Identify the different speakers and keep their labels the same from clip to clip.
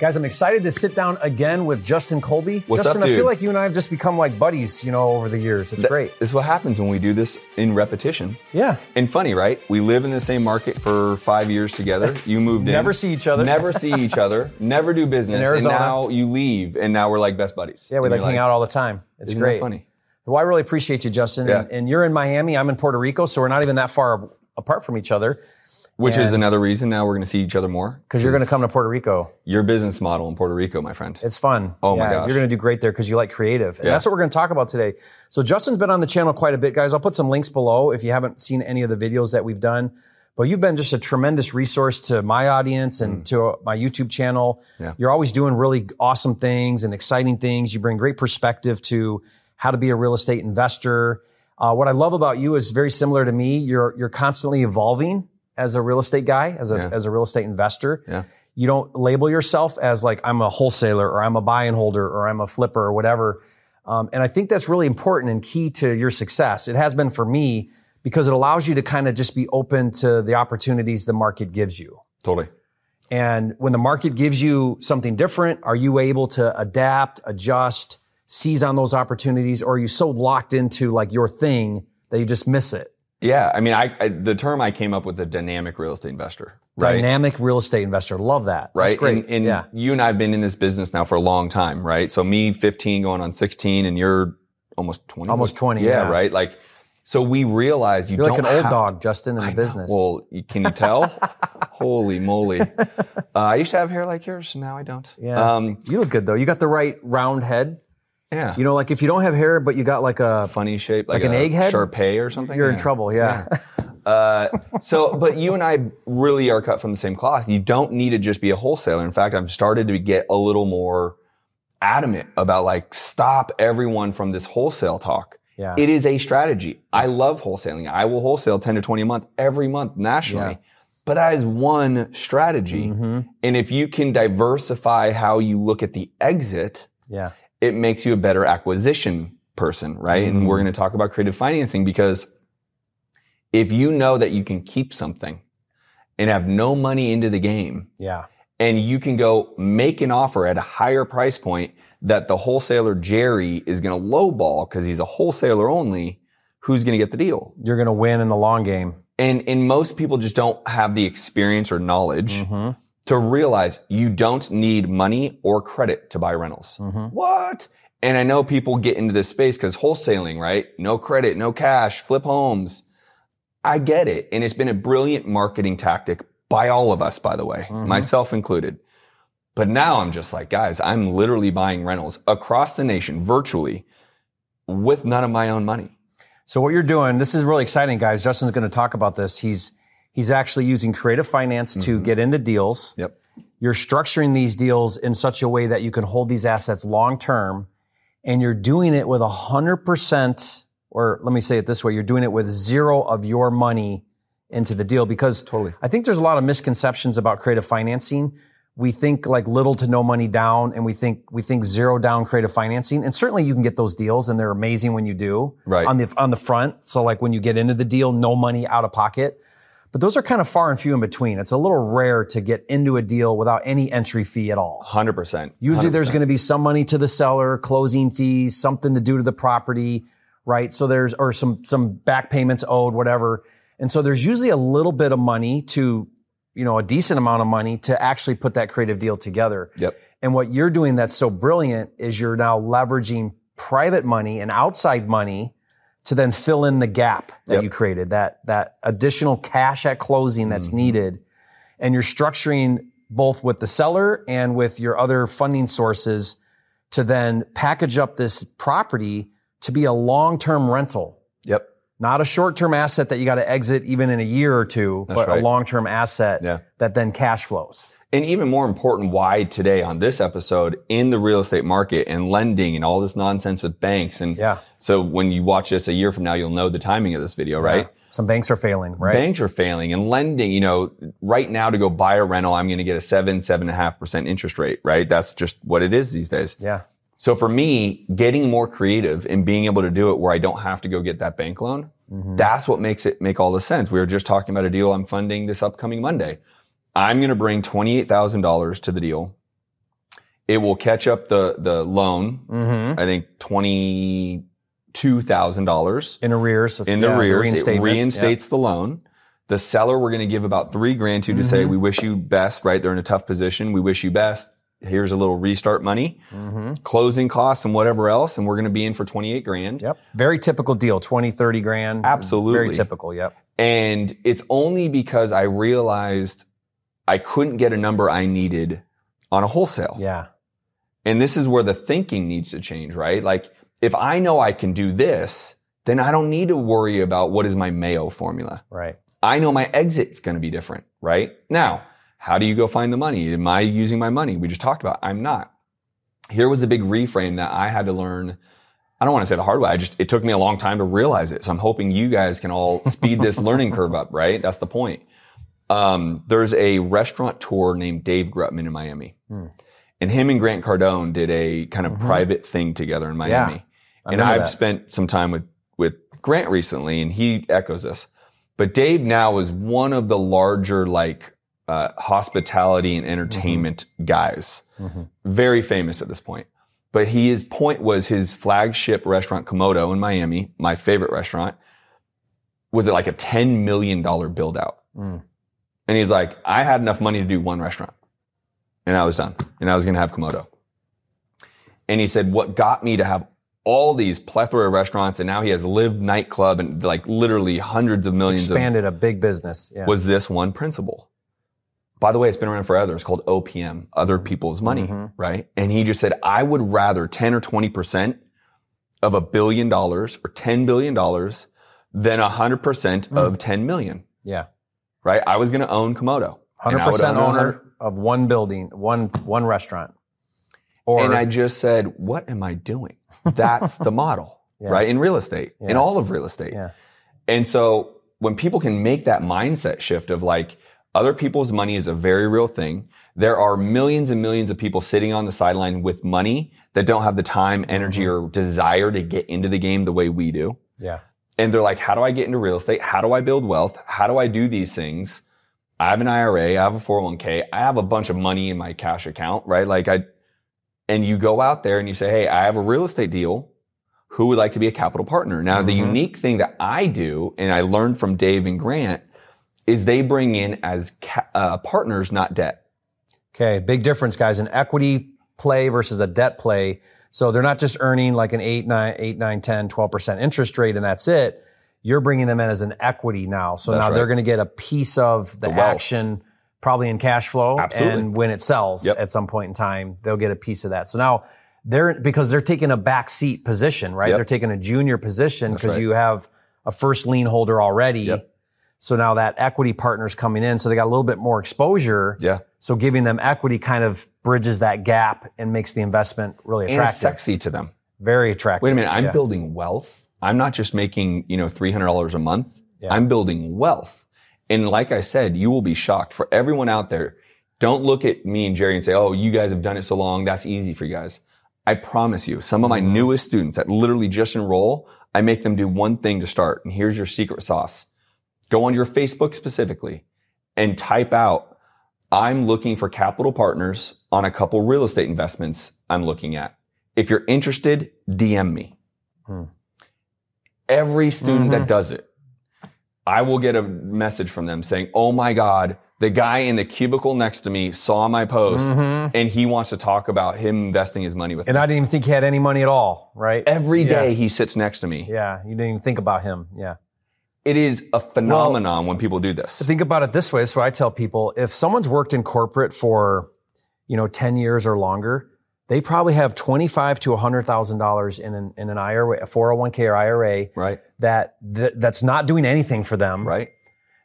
Speaker 1: Guys, I'm excited to sit down again with Justin Colby.
Speaker 2: What's up,
Speaker 1: Justin, I feel
Speaker 2: dude?
Speaker 1: like you and I have just become like buddies, you know, over the years. It's
Speaker 2: Th-
Speaker 1: great.
Speaker 2: This is what happens when we do this in repetition.
Speaker 1: Yeah.
Speaker 2: And funny, right? We live in the same market for five years together. You moved in.
Speaker 1: Never see each other.
Speaker 2: Never see each other. Never do business.
Speaker 1: Arizona.
Speaker 2: And now you leave, and now we're like best buddies.
Speaker 1: Yeah, we
Speaker 2: And
Speaker 1: like
Speaker 2: you're
Speaker 1: hang out all the time. It's
Speaker 2: Isn't that
Speaker 1: great.
Speaker 2: funny?
Speaker 1: Well, I really appreciate you, Justin. And,
Speaker 2: Yeah.
Speaker 1: and you're in Miami. I'm in Puerto Rico, so we're not even that far apart from each other
Speaker 2: Which is
Speaker 1: And-
Speaker 2: another reason now we're going to see each other more.
Speaker 1: because you're going to come to Puerto Rico.
Speaker 2: Your business model in Puerto Rico, my friend.
Speaker 1: It's fun.
Speaker 2: Oh my
Speaker 1: Yeah,
Speaker 2: gosh.
Speaker 1: You're going to do great there because you like creative. And that's what we're going to talk about today. So Justin's been on the channel quite a bit, guys. I'll put some links below if you haven't seen any of the videos that we've done. But you've been just a tremendous resource to my audience and to my YouTube channel.
Speaker 2: Mm. Yeah.
Speaker 1: You're always doing really awesome things and exciting things. You bring great perspective to how to be a real estate investor. Uh, what I love about you is very similar to me. You're you're constantly evolving as a real estate guy, as a
Speaker 2: Yeah.
Speaker 1: as a real estate investor.
Speaker 2: Yeah.
Speaker 1: You don't label yourself as like I'm a wholesaler or I'm a buy and holder or I'm a flipper or whatever. Um, and I think that's really important and key to your success. It has been for me because it allows you to kind of just be open to the opportunities the market gives you.
Speaker 2: totally.
Speaker 1: And when the market gives you something different, are you able to adapt, adjust, seize on those opportunities, or are you so locked into like your thing that you just miss it?
Speaker 2: Yeah. I mean, I, I the term I came up with the dynamic real estate investor. Right.
Speaker 1: Dynamic real estate investor, love that.
Speaker 2: right?
Speaker 1: That's great.
Speaker 2: And, and
Speaker 1: yeah,
Speaker 2: you and I have been in this business now for a long time, right? So me, 15, going on 16, and you're almost 20.
Speaker 1: Almost 20, yeah.
Speaker 2: right. Like, so we realize you
Speaker 1: you're
Speaker 2: don't
Speaker 1: like an old
Speaker 2: have-
Speaker 1: dog, Justin, in
Speaker 2: I
Speaker 1: the
Speaker 2: know.
Speaker 1: business.
Speaker 2: Well, you- can you tell? Holy moly! Uh, I used to have hair like yours, now I don't.
Speaker 1: Yeah.
Speaker 2: Um,
Speaker 1: you look good though. You got the right round head.
Speaker 2: yeah.
Speaker 1: You know, like if you don't have hair, but you got like a,
Speaker 2: funny shape, like,
Speaker 1: Like an
Speaker 2: a
Speaker 1: egg head?
Speaker 2: Sharpei or something.
Speaker 1: you're in
Speaker 2: Yeah.
Speaker 1: trouble. Yeah.
Speaker 2: Uh, so, but you and I really are cut from the same cloth. You don't need to just be a wholesaler. In fact, I've started to get a little more adamant about like stop everyone from this wholesale talk.
Speaker 1: Yeah.
Speaker 2: It is a strategy. I love wholesaling. I will wholesale 10 to 20 a month every month nationally.
Speaker 1: Yeah.
Speaker 2: But that is one strategy.
Speaker 1: Mhm.
Speaker 2: And if you can diversify how you look at the exit,
Speaker 1: Yeah.
Speaker 2: it makes you a better acquisition person, right? And we're going to talk about creative financing because if you know that you can keep something and have no money into the game
Speaker 1: Yeah.
Speaker 2: and you can go make an offer at a higher price point that the wholesaler Jerry is going to lowball because he's a wholesaler only, who's going to get the deal?
Speaker 1: You're going to win in the long game.
Speaker 2: And and most people just don't have the experience or knowledge
Speaker 1: Mhm.
Speaker 2: to realize you don't need money or credit to buy rentals.
Speaker 1: Mhm.
Speaker 2: What? And I know people get into this space because wholesaling, right? No credit, no cash, flip homes. I get it. And it's been a brilliant marketing tactic by all of us, by the way, myself included. But now I'm just like, guys, I'm literally buying rentals across the nation virtually with none of my own money.
Speaker 1: So what you're doing, this is really exciting, guys. Justin's going to talk about this. He's he's actually using creative finance to get into deals.
Speaker 2: Yep.
Speaker 1: You're structuring these deals in such a way that you can hold these assets long term, and you're doing it with hundred percent, or let me say it this way: you're doing it with zero of your money into the deal because
Speaker 2: Totally.
Speaker 1: I think there's a lot of misconceptions about creative financing. We think like little to no money down, and we think we think zero down creative financing. And certainly you can get those deals, and they're amazing when you do
Speaker 2: Right.
Speaker 1: on the on the front. So like when you get into the deal, no money out of pocket. But those are kind of far and few in between. It's a little rare to get into a deal without any entry fee at all.
Speaker 2: 100%.
Speaker 1: Usually there's going to be some money to the seller, closing fees, something to do to the property, right? So there's, or some, some back payments owed, whatever. And so there's usually a little bit of money to, you know, a decent amount of money to actually put that creative deal together.
Speaker 2: Yep.
Speaker 1: And what you're doing that's so brilliant is you're now leveraging private money and outside money to then fill in the gap that
Speaker 2: Yep.
Speaker 1: you created, that, that additional cash at closing that's
Speaker 2: Mm-hmm.
Speaker 1: needed and you're structuring both with the seller and with your other funding sources to then package up this property to be a long-term rental,
Speaker 2: Yep.
Speaker 1: not a short-term asset that you got to exit even in a year or two, but a
Speaker 2: right.
Speaker 1: long-term asset
Speaker 2: Yeah.
Speaker 1: that then cash flows.
Speaker 2: and even more important why today on this episode in the real estate market and lending and all this nonsense with banks and
Speaker 1: Yeah.
Speaker 2: so when you watch this a year from now you'll know the timing of this video right
Speaker 1: Some banks are failing, right?
Speaker 2: banks are failing and lending you know right now to go buy a rental i'm going to get a seven seven and a half percent interest rate right that's just what it is these days
Speaker 1: yeah.
Speaker 2: so for me getting more creative and being able to do it where i don't have to go get that bank loan
Speaker 1: Mm-hmm.
Speaker 2: that's what makes it make all the sense we were just talking about a deal i'm funding this upcoming monday i'm going to bring $28000 to the deal It will catch up the the loan.
Speaker 1: Mm-hmm.
Speaker 2: I think twenty two thousand dollars
Speaker 1: In arrears.
Speaker 2: in the
Speaker 1: yeah,
Speaker 2: rears. it
Speaker 1: reinstatement.
Speaker 2: reinstates the loan. The seller, we're going to give about three grand to to say,
Speaker 1: Mhm.
Speaker 2: we wish you best, right? They're in a tough position. We wish you best. Here's a little restart money,
Speaker 1: Yeah. Mhm.
Speaker 2: closing costs and whatever else. And we're going to be in for 28 grand.
Speaker 1: Yep. Very typical deal. 20, 30 grand.
Speaker 2: Absolutely.
Speaker 1: Very typical. Yep.
Speaker 2: And it's only because I realized I couldn't get a number I needed on a wholesale.
Speaker 1: Yeah.
Speaker 2: And this is where the thinking needs to change, right? Like if I know I can do this, then I don't need to worry about what is my Mayo formula.
Speaker 1: Right.
Speaker 2: I know my exit's going to be different, right? Now, how do you go find the money? Am I using my money? We just talked about. I'm not. Here was a big reframe that I had to learn. I don't want to say the hard way. I just it took me a long time to realize it. So I'm hoping you guys can all speed this learning curve up, right? That's the point. Um, there's a restaurant tour named Dave Grutman in Miami.
Speaker 1: Hmm.
Speaker 2: And him and Grant Cardone did a kind of
Speaker 1: Mhm.
Speaker 2: private thing together in Miami
Speaker 1: I
Speaker 2: and
Speaker 1: remember
Speaker 2: I've
Speaker 1: that.
Speaker 2: spent some time with with Grant recently, and he echoes this. But Dave now is one of the larger like uh, hospitality
Speaker 1: Mm-hmm.
Speaker 2: and entertainment guys,
Speaker 1: Mhm.
Speaker 2: very famous at this point. But he, his point was his flagship restaurant Komodo in Miami, my favorite restaurant, was it like a ten million dollar build out?
Speaker 1: Mm.
Speaker 2: And he's like, I had enough money to do one restaurant and I was done and I was going to have Komodo. And he said, what got me to have all these plethora of restaurants and now he has Live nightclub and like literally hundreds of millions
Speaker 1: Expanded a big business. Yeah.
Speaker 2: of was this one principle. By the way, it's been around forever. It's called OPM, other people's money,
Speaker 1: Mhm.
Speaker 2: right? And he just said, I would rather 10 or 20% of a billion dollars or $10 billion than 100%
Speaker 1: Mm.
Speaker 2: of 10 million,
Speaker 1: yeah.
Speaker 2: right? I was going to own Komodo. And I would
Speaker 1: 100%
Speaker 2: own a
Speaker 1: owner
Speaker 2: hundred-
Speaker 1: of one building, one one restaurant. Or
Speaker 2: and I just said, what am I doing? That's the model,
Speaker 1: Yeah.
Speaker 2: right? In real estate, in
Speaker 1: Yeah.
Speaker 2: all of real estate.
Speaker 1: Yeah.
Speaker 2: And so when people can make that mindset shift of like, other people's money is a very real thing. There are millions and millions of people sitting on the sideline with money that don't have the time, energy,
Speaker 1: Mm-hmm.
Speaker 2: or desire to get into the game the way we do.
Speaker 1: yeah.
Speaker 2: And they're like, how do I get into real estate? How do I build wealth? How do I do these things? I have an IRA. I have a 401k. I have a bunch of money in my cash account, right? Like I, and you go out there and you say, Hey, I have a real estate deal. Who would like to be a capital partner? Now, the
Speaker 1: Mhm.
Speaker 2: unique thing that I do and I learned from Dave and Grant is they bring in as ca- uh, partners, not debt.
Speaker 1: Okay, big difference, guys. An equity play versus a debt play. So they're not just earning like an 8, 9, 8, 9, 10, 12% interest rate and that's it. You're bringing them in as an equity now. So
Speaker 2: That's
Speaker 1: now they're
Speaker 2: right.
Speaker 1: going to get a piece of the,
Speaker 2: The wealth.
Speaker 1: action, probably in cash flow.
Speaker 2: Absolutely.
Speaker 1: And when it sells
Speaker 2: Yep.
Speaker 1: at some point in time, they'll get a piece of that. So now they're, because they're taking a back seat position, right?
Speaker 2: Yep.
Speaker 1: They're taking a junior position
Speaker 2: That's
Speaker 1: because
Speaker 2: right.
Speaker 1: you have a first lien holder already.
Speaker 2: Yep.
Speaker 1: So now that equity partner's coming in. So they got a little bit more exposure.
Speaker 2: Yeah.
Speaker 1: So giving them equity kind of bridges that gap and makes the investment really
Speaker 2: And it's
Speaker 1: attractive.
Speaker 2: sexy to them.
Speaker 1: Very attractive.
Speaker 2: Wait a minute. I'm
Speaker 1: Yeah.
Speaker 2: building wealth. I'm not just making, you know, $300 a month.
Speaker 1: Yeah.
Speaker 2: I'm building wealth. And like I said, you will be shocked for everyone out there. Don't look at me and Jerry and say, Oh, you guys have done it so long. That's easy for you guys. I promise you, some of my
Speaker 1: Mhm.
Speaker 2: newest students that literally just enroll, I make them do one thing to start. And here's your secret sauce. Go on your Facebook specifically and type out, I'm looking for capital partners on a couple real estate investments I'm looking at. If you're interested, DM me.
Speaker 1: Hmm.
Speaker 2: Every student
Speaker 1: Mhm.
Speaker 2: that does it, I will get a message from them saying, Oh my God, the guy in the cubicle next to me saw my post
Speaker 1: Mhm.
Speaker 2: and he wants to talk about him investing his money with
Speaker 1: And
Speaker 2: me.
Speaker 1: I didn't even think he had any money at all, right?
Speaker 2: Every
Speaker 1: Yeah.
Speaker 2: day he sits next to me.
Speaker 1: Yeah, you didn't even think about him. Yeah.
Speaker 2: It is a phenomenon when people do this.
Speaker 1: Think about it this way. So I tell people if someone's worked in corporate for, you know, 10 years or longer, they probably have 25 to $100,000 in an, in an IRA, a 401k or IRA
Speaker 2: right,
Speaker 1: that, that that's not doing anything for them.
Speaker 2: right.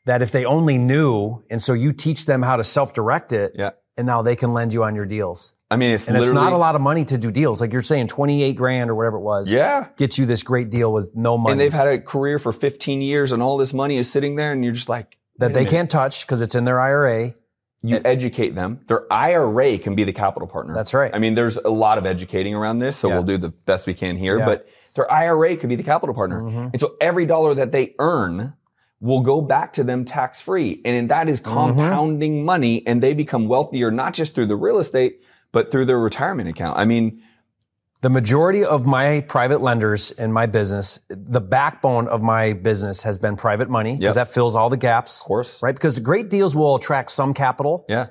Speaker 1: that if they only knew, and so you teach them how to self-direct it,
Speaker 2: Yeah.
Speaker 1: and now they can lend you on your deals.
Speaker 2: I mean, it's
Speaker 1: And
Speaker 2: literally.
Speaker 1: it's not a lot of money to do deals. Like you're saying, 28 grand or whatever it was,
Speaker 2: Yeah.
Speaker 1: gets you this great deal with no money
Speaker 2: And they've had a career for 15 years and all this money is sitting there and you're just like,
Speaker 1: that
Speaker 2: wait a
Speaker 1: they
Speaker 2: minute.
Speaker 1: can't touch because it's in their IRA.
Speaker 2: You educate them. Their IRA can be the capital partner.
Speaker 1: That's right.
Speaker 2: I mean, there's a lot of educating around this, so
Speaker 1: Yeah.
Speaker 2: we'll do the best we can here,
Speaker 1: Yeah.
Speaker 2: but their IRA could be the capital partner.
Speaker 1: Mhm.
Speaker 2: And so every dollar that they earn will go back to them
Speaker 1: Mm-hmm.
Speaker 2: tax free. And that is compounding money and they become wealthier, not just through the real estate, but through their retirement account. I mean,
Speaker 1: The majority of my private lenders in my business, the backbone of my business has been private money because
Speaker 2: Yep.
Speaker 1: that fills all the gaps.
Speaker 2: of course.
Speaker 1: Right? Because great deals will attract some capital
Speaker 2: Yeah.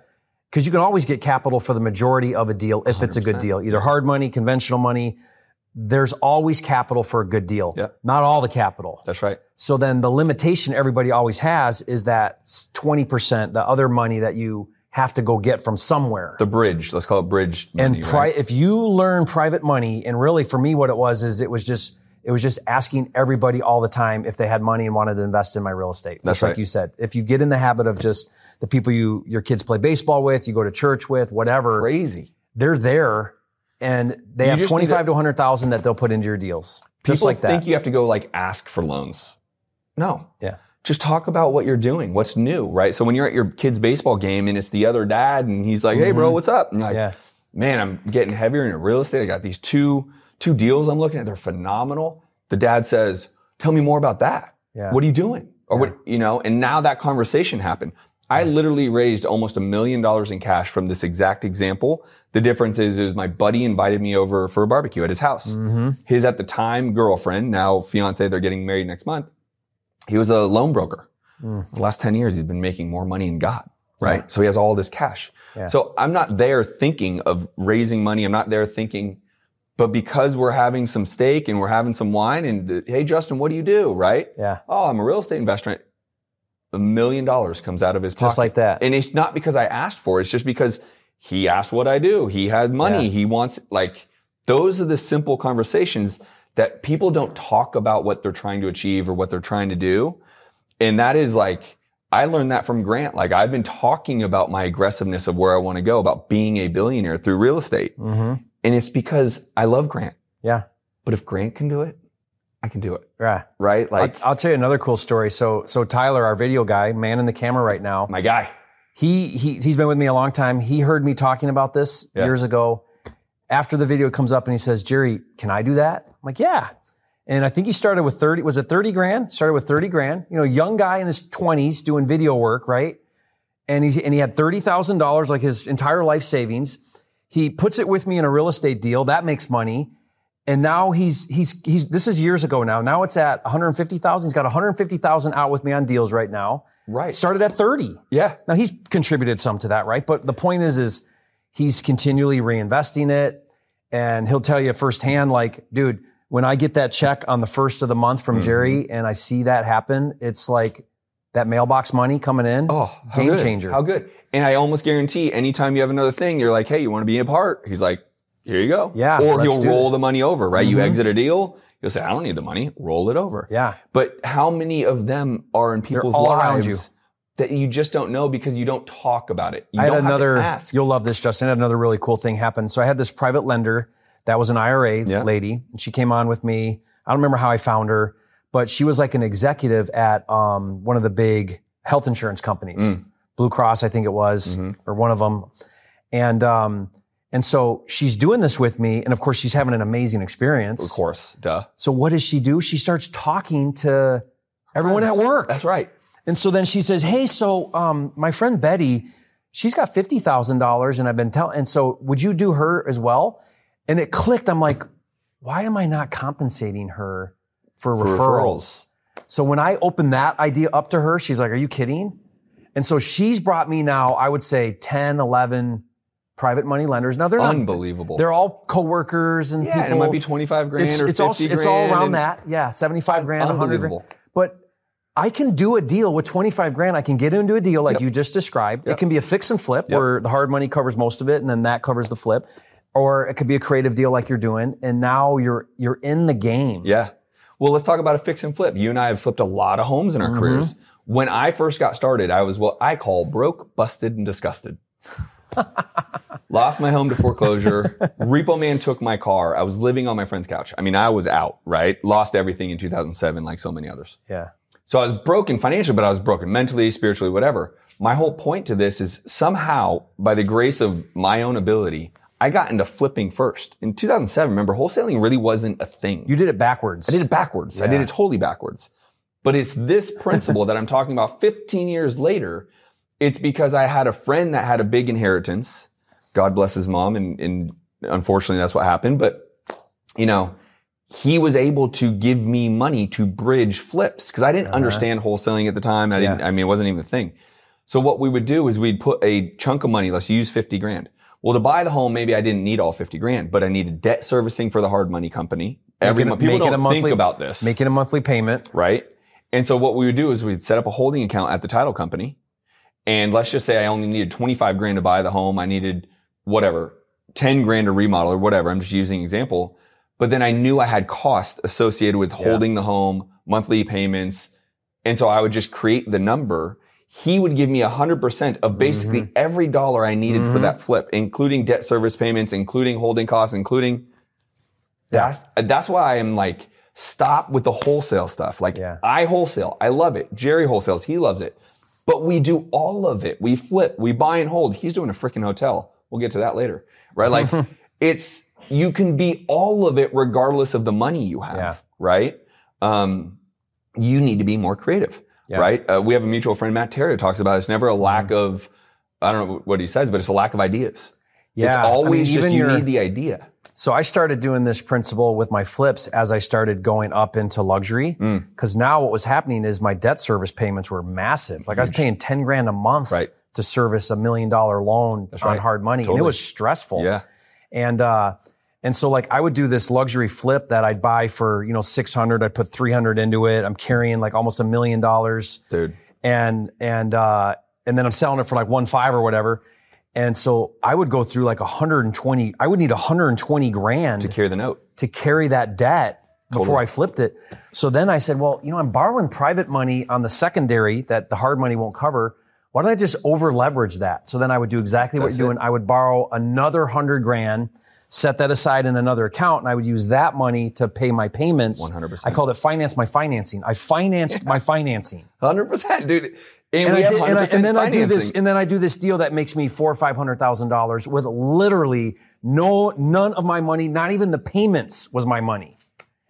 Speaker 1: because you can always get capital for the majority of a deal if it's a good
Speaker 2: 100%.
Speaker 1: deal, either hard money, conventional money. There's always capital for a good deal,
Speaker 2: Yeah.
Speaker 1: not all the capital.
Speaker 2: That's right.
Speaker 1: So then the limitation everybody always has is that 20%, the other money that you have to go get from somewhere.
Speaker 2: The bridge. Let's call it bridge. money,
Speaker 1: and pri-
Speaker 2: right?
Speaker 1: if you learn private money, and really for me, what it was is it was just, it was just asking everybody all the time if they had money and wanted to invest in my real estate.
Speaker 2: That's
Speaker 1: just like
Speaker 2: right.
Speaker 1: you said, if you get in the habit of just the people you, your kids play baseball with, you go to church with, whatever,
Speaker 2: crazy.
Speaker 1: they're there and they
Speaker 2: You
Speaker 1: have
Speaker 2: just need
Speaker 1: 25 to 100,000 that they'll put into your deals. just
Speaker 2: People
Speaker 1: like that.
Speaker 2: think you have to go like ask for loans. No.
Speaker 1: Yeah.
Speaker 2: Just talk about what you're doing, what's new, right? So when you're at your kid's baseball game and it's the other dad and he's like, "Hey, bro, what's up?" And you're like,
Speaker 1: Mm-hmm. yeah.
Speaker 2: "Man, I'm getting heavier into real estate. I got these two two deals I'm looking at. They're phenomenal." The dad says, "Tell me more about that.
Speaker 1: Yeah.
Speaker 2: What are you doing?" Or
Speaker 1: Yeah.
Speaker 2: what you know? And now that conversation happened. I literally raised almost a million dollars in cash from this exact example. The difference is, is my buddy invited me over for a barbecue at his house
Speaker 1: Mm-hmm.
Speaker 2: his at the time girlfriend, now fiance, they're getting married next month. He was a loan broker.
Speaker 1: Mm.
Speaker 2: The last 10 years, he's been making more money than God, right? So he has all this cash.
Speaker 1: Yeah.
Speaker 2: So I'm not there thinking of raising money. I'm not there thinking, but because we're having some steak and we're having some wine and the, hey, Justin, what do you do? Right?
Speaker 1: Yeah.
Speaker 2: Oh, I'm a real estate investor. A million dollars comes out of his
Speaker 1: Just
Speaker 2: pocket.
Speaker 1: like that.
Speaker 2: And it's not because I asked for it. It's just because he asked what I do. He had money. He wants like those are the simple conversations that people don't talk about what they're trying to achieve or what they're trying to do. And that is like I learned that from Grant. Like I've been talking about my aggressiveness of where I want to go about being a billionaire through real estate.
Speaker 1: Mm-hmm.
Speaker 2: And it's because I love Grant.
Speaker 1: Yeah.
Speaker 2: But if Grant can do it, I can do it.
Speaker 1: Yeah.
Speaker 2: Right? Like
Speaker 1: I'll, I'll tell you another cool story. So, so Tyler, our video guy, man in the camera right now,
Speaker 2: my guy.
Speaker 1: he, he, he's been with me a long time. He heard me talking about this
Speaker 2: Yeah.
Speaker 1: years ago. After the video comes up and he says, Jerry, can I do that? I'm like, yeah. And I think he started with 30, was it 30 grand? Started with 30 grand, you know, young guy in his twenties doing video work, right? And he, and he had $30,000, like his entire life savings. He puts it with me in a real estate deal. That makes money. And now he's he's he's this is years ago now. Now it's at 150,000. He's got 150,000 out with me on deals right now. It
Speaker 2: Right.
Speaker 1: started at 30.
Speaker 2: Yeah.
Speaker 1: Now he's contributed some to that, right? But the point is is he's continually reinvesting it and he'll tell you firsthand like, dude, when I get that check on the first of the month from Jerry and I see that happen, it's like that mailbox money coming in.
Speaker 2: Oh, how
Speaker 1: Game
Speaker 2: good.
Speaker 1: changer.
Speaker 2: How good. And I almost guarantee anytime you have another thing, you're like, hey, you want to be a part? He's like, here you go.
Speaker 1: Yeah,
Speaker 2: Or
Speaker 1: let's
Speaker 2: he'll
Speaker 1: do
Speaker 2: roll the money over, right? You
Speaker 1: Mhm.
Speaker 2: exit a deal, you'll say, I don't need the money, roll it over.
Speaker 1: Yeah.
Speaker 2: But how many of them are in people's
Speaker 1: all around
Speaker 2: lives that you just don't know because you don't talk about it?
Speaker 1: I
Speaker 2: You
Speaker 1: had
Speaker 2: don't have to
Speaker 1: another.
Speaker 2: ask.
Speaker 1: You'll love this, Justin. I had another really cool thing happen. So I had this private lender that was an IRA
Speaker 2: Yeah.
Speaker 1: lady, and she came on with me. I don't remember how I found her, but she was like an executive at um, one of the big health insurance companies,
Speaker 2: Mm.
Speaker 1: Blue Cross, I think it was,
Speaker 2: Mhm.
Speaker 1: or one of them. And um, and so she's doing this with me, and of course she's having an amazing experience.
Speaker 2: Of course, duh.
Speaker 1: So what does she do? She starts talking to everyone at work.
Speaker 2: That's right.
Speaker 1: And so then she says, "Hey, so um, my friend Betty, she's got fifty thousand dollars, and I've been telling. And so, would you do her as well?" And it clicked. I'm like, "Why am I not compensating her for,
Speaker 2: For
Speaker 1: referrals?" So when I opened that idea up to her, she's like, "Are you kidding?" And so she's brought me now, I would say 10, 11 private money lenders. Now they're not,
Speaker 2: Unbelievable.
Speaker 1: they're all coworkers and
Speaker 2: yeah,
Speaker 1: people.
Speaker 2: and it might be 25 grand
Speaker 1: it's,
Speaker 2: or
Speaker 1: it's
Speaker 2: 50
Speaker 1: all it's all
Speaker 2: grand
Speaker 1: around
Speaker 2: and-
Speaker 1: that. Yeah, 75 grand, 100 grand
Speaker 2: Unbelievable.
Speaker 1: but I can do a deal with 25 grand. I can get into a deal like
Speaker 2: Yep.
Speaker 1: you just described. It
Speaker 2: Yep.
Speaker 1: can be a fix and flip
Speaker 2: Yep.
Speaker 1: where the hard money covers most of it and then that covers the flip. Or it could be a creative deal like you're doing and now you're you're in the game.
Speaker 2: Yeah. Well, let's talk about a fix and flip. You and I have flipped a lot of homes in our careers. When I first got started, I was what I call broke, busted, and disgusted. Lost my home to foreclosure. Repo man took my car. I was living on my friend's couch. I mean, I was out, right? Lost everything in 2007, like so many others.
Speaker 1: Yeah.
Speaker 2: So I was broken financially, but I was broken mentally, spiritually, whatever. My whole point to this is somehow, by the grace of my own ability, I got into flipping first. In 2007, remember, wholesaling really wasn't a thing.
Speaker 1: You did it backwards.
Speaker 2: I did it backwards. I did
Speaker 1: Yeah.
Speaker 2: it totally backwards. But it's this principle that I'm talking about 15 years later. It's because I had a friend that had a big inheritance, God bless his mom. And, and unfortunately, that's what happened. But, you know, he was able to give me money to bridge flips because I didn't
Speaker 1: Uh-huh.
Speaker 2: understand wholesaling at the time. I didn't,
Speaker 1: Yeah.
Speaker 2: I mean, it wasn't even a thing. So what we would do is we'd put a chunk of money, let's use 50 grand. Well, to buy the home, maybe I didn't need all 50 grand, but I needed debt servicing for the hard money company.
Speaker 1: Make
Speaker 2: Every
Speaker 1: it a-
Speaker 2: month, people
Speaker 1: make it a
Speaker 2: don't
Speaker 1: monthly-
Speaker 2: think about this
Speaker 1: Making a monthly payment.
Speaker 2: right? And so what we would do is we'd set up a holding account at the title company. And let's just say I only needed 25 grand to buy the home. I needed whatever, 10 grand to remodel or whatever. I'm just using example. But then I knew I had costs associated with holding the home, monthly payments. And so I would just create the number. He would give me 100% of basically every dollar I needed for
Speaker 1: Mhm.
Speaker 2: that flip, including debt service payments, including holding costs, including that's that's why I'm like, stop with the wholesale stuff. Like
Speaker 1: Yeah.
Speaker 2: I wholesale, I love it. Jerry wholesales, he loves it. But we do all of it. We flip, we buy and hold. He's doing a freaking hotel. We'll get to that later. Right? Like it's you can be all of it regardless of the money you have,
Speaker 1: Yeah.
Speaker 2: right? Um, you need to be more creative,
Speaker 1: Yeah. Mm-hmm.
Speaker 2: right? Uh, we have a mutual friend, Matt Terry, who talks about it's never a lack of, I don't know what he says, but it's a lack of ideas.
Speaker 1: Yeah. I
Speaker 2: It's
Speaker 1: mean,
Speaker 2: always just you
Speaker 1: your-
Speaker 2: need the idea.
Speaker 1: So I started doing this principle with my flips as I started going up into luxury.
Speaker 2: Mm.
Speaker 1: Cause now what was happening is my debt service payments were massive. Like I was paying 10 grand a month
Speaker 2: Right.
Speaker 1: to service a million dollar loan on
Speaker 2: right.
Speaker 1: hard money. And it
Speaker 2: Totally.
Speaker 1: was stressful.
Speaker 2: Yeah.
Speaker 1: And, uh, and so like I would do this luxury flip that I'd buy for, you know, 600, I'd put 300 into it. I'm carrying like almost a million dollars
Speaker 2: Dude.
Speaker 1: and and uh, and then I'm selling it for like one five or whatever. And so I would go through like 120. I would need 120 grand
Speaker 2: To
Speaker 1: to,
Speaker 2: carry the note.
Speaker 1: carry that debt before
Speaker 2: Totally.
Speaker 1: I flipped it. So then I said, well, you know, I'm borrowing private money on the secondary that the hard money won't cover. Why don't I just over leverage that? So then I would do exactly what
Speaker 2: That's
Speaker 1: you're doing. I would borrow another hundred grand, set that aside in another account, and I would use that money to pay my payments.
Speaker 2: 100%.
Speaker 1: I called it finance my financing. I financed my financing
Speaker 2: Hundred percent, dude. And,
Speaker 1: and,
Speaker 2: we
Speaker 1: I
Speaker 2: have
Speaker 1: did-
Speaker 2: 100%
Speaker 1: and I- and then I do this,
Speaker 2: financing.
Speaker 1: and then I do this deal that makes me four or five hundred thousand dollars with literally no, none of my money, not even the payments was my money.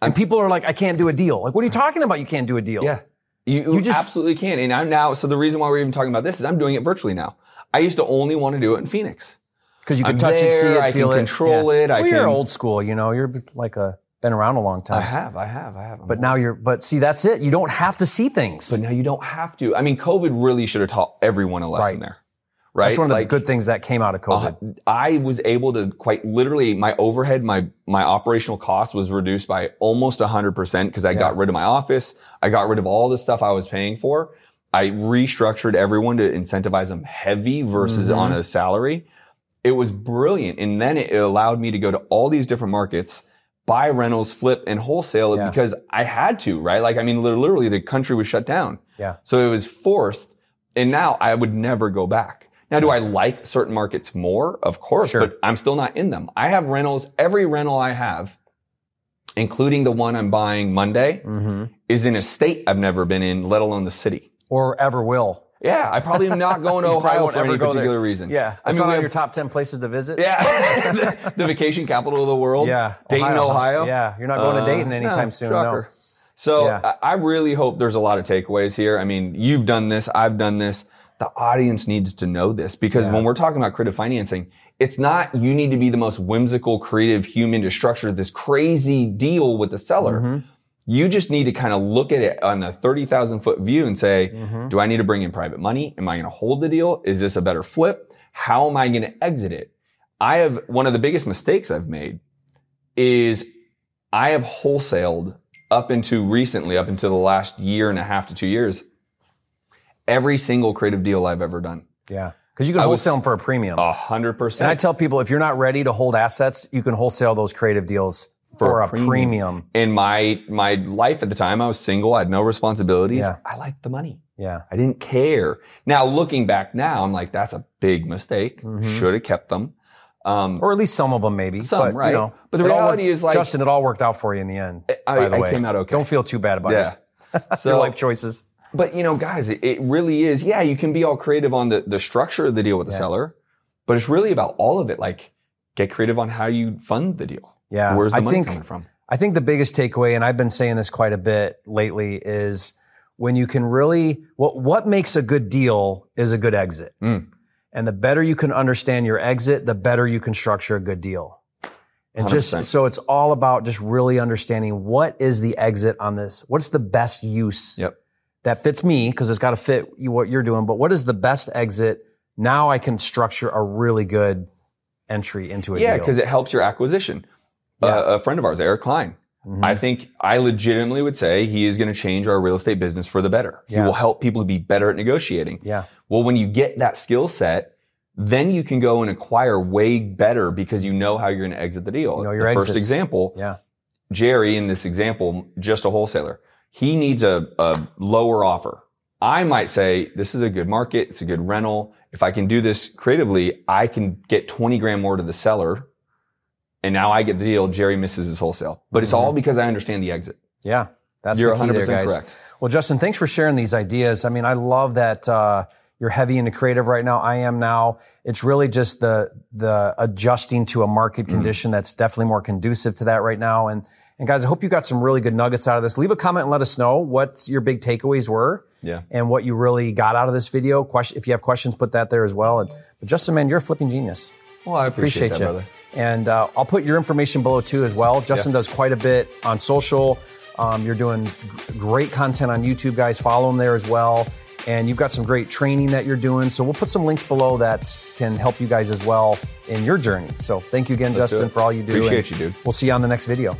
Speaker 1: And people are like, I can't do a deal. Like, what are you talking about? You can't do a deal.
Speaker 2: yeah, you,
Speaker 1: You just-
Speaker 2: absolutely can. And I'm now. So the reason why we're even talking about this is I'm doing it virtually now. I used to only want to do it in Phoenix.
Speaker 1: because you can
Speaker 2: I'm
Speaker 1: touch it, see
Speaker 2: there,
Speaker 1: it,
Speaker 2: I
Speaker 1: feel
Speaker 2: can
Speaker 1: it,
Speaker 2: control it, I
Speaker 1: well, you're
Speaker 2: can-
Speaker 1: old school, you know. You're like a been around a long
Speaker 2: I
Speaker 1: time,
Speaker 2: have, I have, I have. I'm
Speaker 1: but now you're. But see, that's it. You don't have to see things.
Speaker 2: but now you don't have to. I mean, COVID really should have taught everyone a
Speaker 1: Right.
Speaker 2: lesson there, right?
Speaker 1: that's one of the
Speaker 2: Like,
Speaker 1: good things that came out of COVID.
Speaker 2: uh, I was able to quite literally my overhead, my my operational cost was reduced by almost hundred percent because I got rid of my office, I got rid of all the stuff I was paying for. I restructured everyone to incentivize them heavy versus
Speaker 1: Mhm.
Speaker 2: on a salary. It was brilliant, and then it, it allowed me to go to all these different markets, buy rentals, flip, and wholesale
Speaker 1: Yeah.
Speaker 2: because I had to, right? Like I mean, lit- literally the country was shut down.
Speaker 1: Yeah.
Speaker 2: So it was forced. And now I would never go back. Now, do I like certain markets more? Of course,
Speaker 1: Mm-hmm. Sure.
Speaker 2: but I'm still not in them. I have rentals. Every rental I have, including the one I'm buying Monday,
Speaker 1: Mhm.
Speaker 2: is in a state I've never been in, let alone the city.
Speaker 1: Or ever will.
Speaker 2: Yeah, I probably am not going to
Speaker 1: You probably
Speaker 2: Ohio
Speaker 1: won't
Speaker 2: for
Speaker 1: ever
Speaker 2: any
Speaker 1: go there.
Speaker 2: particular reason.
Speaker 1: Yeah,
Speaker 2: I
Speaker 1: it's
Speaker 2: mean,
Speaker 1: not
Speaker 2: we
Speaker 1: on
Speaker 2: have-
Speaker 1: your top ten places to visit.
Speaker 2: yeah, the, vacation capital of the world.
Speaker 1: yeah,
Speaker 2: Dayton, Ohio.
Speaker 1: Yeah, you're not going
Speaker 2: Uh,
Speaker 1: to Dayton anytime
Speaker 2: no,
Speaker 1: soon. No.
Speaker 2: shocker. So
Speaker 1: Yeah.
Speaker 2: I I really hope there's a lot of takeaways here. I mean, you've done this, I've done this. The audience needs to know this because when we're talking about creative financing, it's not you need to be the most whimsical, creative human to structure this crazy deal with the seller.
Speaker 1: Mm-hmm.
Speaker 2: You just need to kind of look at it on a 30,000 foot view and say, Mm-hmm. do I need to bring in private money? Am I going to hold the deal? Is this a better flip? How am I going to exit it? I have one of the biggest mistakes I've made is I have wholesaled up into recently, up into the last year and a half to two years, every single creative deal I've ever done.
Speaker 1: Yeah. Because you can
Speaker 2: I was-
Speaker 1: wholesale them for a premium.
Speaker 2: A hundred
Speaker 1: and I
Speaker 2: percent.
Speaker 1: tell people if you're not ready to hold assets, you can wholesale those creative deals for,
Speaker 2: For a
Speaker 1: a premium.
Speaker 2: In my my life at the time, I was single, I had no responsibilities.
Speaker 1: Yeah.
Speaker 2: I liked the money.
Speaker 1: Yeah.
Speaker 2: I didn't care. Now looking back now, I'm like, that's a big mistake. Should have kept them. Um,
Speaker 1: Or at least some of them, maybe.
Speaker 2: Some,
Speaker 1: but,
Speaker 2: right.
Speaker 1: You know,
Speaker 2: But the
Speaker 1: it all
Speaker 2: reality
Speaker 1: worked-
Speaker 2: is, like-
Speaker 1: Justin, it all worked out for you in the end.
Speaker 2: I-
Speaker 1: by the
Speaker 2: I
Speaker 1: way.
Speaker 2: came out okay.
Speaker 1: Don't feel too bad about
Speaker 2: yeah.
Speaker 1: it. Your life choices.
Speaker 2: But you know, guys, it, it really is. Yeah, you can be all creative on the, the structure of the deal with the
Speaker 1: Yeah.
Speaker 2: seller, but it's really about all of it. Like, get creative on how you fund the deal.
Speaker 1: Yeah.
Speaker 2: Where's the
Speaker 1: I
Speaker 2: money
Speaker 1: think
Speaker 2: coming from?
Speaker 1: I think the biggest takeaway, and I've been saying this quite a bit lately, is when you can really what what makes a good deal is a good exit.
Speaker 2: Mm.
Speaker 1: And the better you can understand your exit, the better you can structure a good deal. And just
Speaker 2: 100%.
Speaker 1: so it's all about just really understanding what is the exit on this? What's the best use
Speaker 2: Yep.
Speaker 1: that fits me? Because it's got to fit you, what you're doing, but what is the best exit? Now I can structure a really good entry into a
Speaker 2: Yeah,
Speaker 1: deal.
Speaker 2: because it helps your acquisition.
Speaker 1: Yeah.
Speaker 2: Uh, a friend of ours, Eric Klein.
Speaker 1: Mhm.
Speaker 2: I think I legitimately would say he is going to change our real estate business for the better.
Speaker 1: Yeah.
Speaker 2: He will help people be better at negotiating.
Speaker 1: yeah.
Speaker 2: Well, when you get that skill set, then you can go and acquire way better because you know how you're going to exit the deal.
Speaker 1: You know your
Speaker 2: the first
Speaker 1: exits.
Speaker 2: example,
Speaker 1: Yeah.
Speaker 2: Jerry in this example, just a wholesaler, he needs a, a lower offer. I might say this is a good market. It's a good rental. If I can do this creatively, I can get 20 grand more to the seller. And now I get the deal. Jerry misses his wholesale, but it's all because I understand the exit.
Speaker 1: Yeah. Mm-hmm. That's
Speaker 2: You're
Speaker 1: the key
Speaker 2: 100
Speaker 1: there,
Speaker 2: percent
Speaker 1: guys.
Speaker 2: correct.
Speaker 1: Well, Justin, thanks for sharing these ideas. I mean, I love that uh, you're heavy into creative right now. I am now. It's really just the the adjusting to a market
Speaker 2: Mm-hmm.
Speaker 1: condition that's definitely more conducive to that right now. And and guys, I hope you got some really good nuggets out of this. Leave a comment and let us know what your big takeaways were
Speaker 2: Yeah.
Speaker 1: and what you really got out of this video. Question, if you have questions, put that there as well. And but Justin, man, you're a flipping genius.
Speaker 2: Well, I appreciate,
Speaker 1: Appreciate
Speaker 2: that,
Speaker 1: you.
Speaker 2: brother.
Speaker 1: And uh, I'll put your information below too as well. Justin does quite a bit on social. Um, you're doing g- great content on YouTube, guys. Follow him there as well. And you've got some great training that you're doing. So we'll put some links below that can help you guys as well in your journey. So thank you again,
Speaker 2: do
Speaker 1: Justin,
Speaker 2: it.
Speaker 1: for all you do.
Speaker 2: Appreciate
Speaker 1: and
Speaker 2: you, dude.
Speaker 1: We'll see you on the next video.